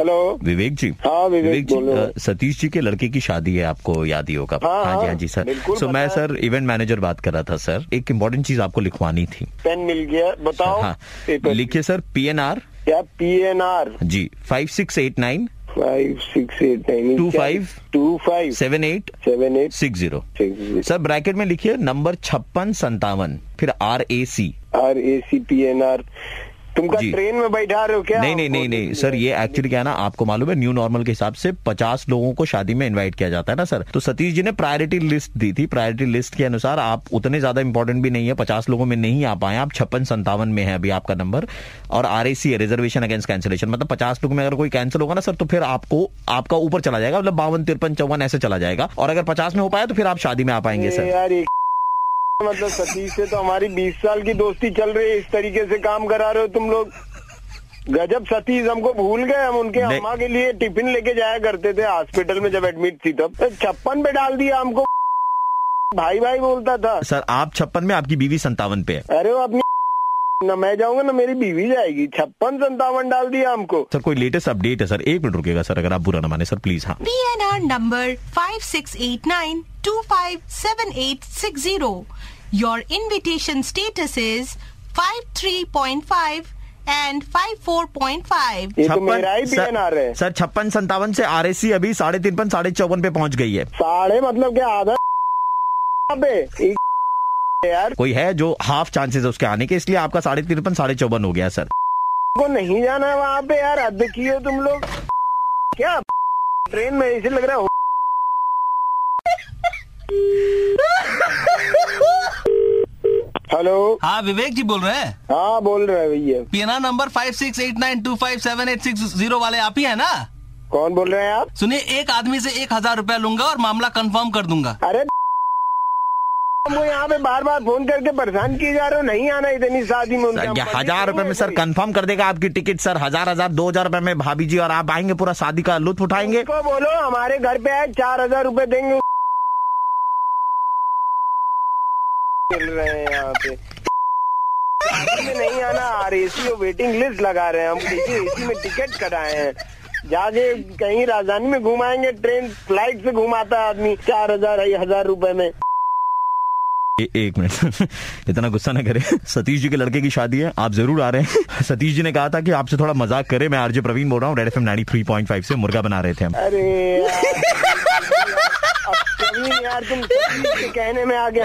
विवेक जी हाँ, विवेक जी बोलो। अ, सतीश जी के लड़के की शादी है आपको याद ही होगा हाँ, जी हाँ, हाँ जी सर बिल्कुल सो मैं पता है। सर इवेंट मैनेजर बात कर रहा था सर एक इम्पोर्टेंट चीज आपको लिखवानी थी पेन मिल गया बताओ हाँ पेपर लिखिए सर पी एन आर क्या पी एन आर जी five six eight nine five six eight nine 25 two five seven eight seven eight six zero six sir bracket में लिखिए नंबर छप्पन संतावन फिर R A C R A C P N R तुमका जी। Train में बैठा रहे हो क्या नहीं नहीं नहीं नहीं सर ये एक्चुअली क्या है ना आपको मालूम है न्यू नॉर्मल के हिसाब से पचास लोगों को शादी में इनवाइट किया जाता है ना सर तो सतीश जी ने प्रायोरिटी लिस्ट दी थी प्रायोरिटी लिस्ट के अनुसार आप उतने ज्यादा इंपॉर्टेंट भी नहीं है पचास लोगों में नहीं आ पाए आप छप्पन संतावन में है अभी आपका नंबर और आर है रिजर्वेशन अगेंस्ट कैंसिलेशन मतलब पचास लोग में अगर कोई कैंसिल होगा ना सर तो फिर आपको आपका ऊपर चला जाएगा मतलब बावन तिरपन चौवन ऐसे चला जाएगा और अगर पचास में हो पाया तो फिर आप शादी में आ पाएंगे ए सर यार एक मतलब सतीश से तो हमारी 20 साल की दोस्ती चल रही है इस तरीके से काम करा रहे हो तुम लोग गजब सतीश हमको भूल गए हम उनके नहीं। अम्मा के लिए टिफिन लेके जाया करते थे हॉस्पिटल में जब एडमिट थी तब तो छप्पन पे डाल दिया हमको भाई भाई बोलता था सर आप छप्पन में आपकी बीवी संतावन पे है अरे वो अपनी ना मैं जाऊंगा ना मेरी बीवी जाएगी छप्पन संतावन डाल दिया हमको सर कोई लेटेस्ट अपडेट है सर एक मिनट रुकेगा सर अगर आप बुरा ना माने सर प्लीज हाँ PNR number 5689257860. Your invitation status is 53.5 and 54.5. ये तो मेरा ही सर- पीएनआर है सर छप्पन संतावन से आर अभी साढ़े तिरपन साढ़े चौवन पे पहुंच गई है साढ़े मतलब क्या आधा पे एक यार कोई है जो हाफ चांसेस है उसके आने के इसलिए आपका साढ़े तिरपन साढ़े चौवन हो गया सर को नहीं जाना है वहाँ पे यार हद की हो तुम लोग क्या ट्रेन में ऐसे लग रहा है हेलो हाँ विवेक जी बोल रहे हैं हाँ बोल रहे हैं भैया PNR number five six eight nine two five seven eight six zero वाले आप ही है ना कौन बोल रहे हैं आप सुनिए एक आदमी से एक हजार रूपया लूंगा और मामला कंफर्म कर दूंगा अरे हमको यहाँ पे बार बार फोन करके परेशान किए जा रहे हो नहीं आना इतनी शादी में उनके सर, ये तो हम हजार रुपए में सर ऐसे ही। कंफर्म कर देगा आपकी टिकट सर हजार हजार दो हजार रुपए में भाभी जी और आप आएंगे पूरा शादी का लुत्फ उठाएंगे उसको बोलो हमारे घर पे आए चार हजार रूपए देंगे चल रहे हैं यहाँ पे में नहीं आना आर एसी वेटिंग लिस्ट लगा रहे हैं हम देखिए एसी में टिकट कटाए हैं जाके कहीं राजधानी में घुमाएंगे ट्रेन फ्लाइट से घुमाता है आदमी चार हजार हजार रूपए में ए, एक मिनट इतना गुस्सा ना करें सतीश जी के लड़के की शादी है आप जरूर आ रहे हैं सतीश जी ने कहा था कि आपसे थोड़ा मजाक करें मैं आरजे प्रवीण बोल रहा हूँ Red F M nine three point five से मुर्गा बना रहे थे हम अरे यार, अब प्रवीण यार तुम सतीश के कहने में आ गया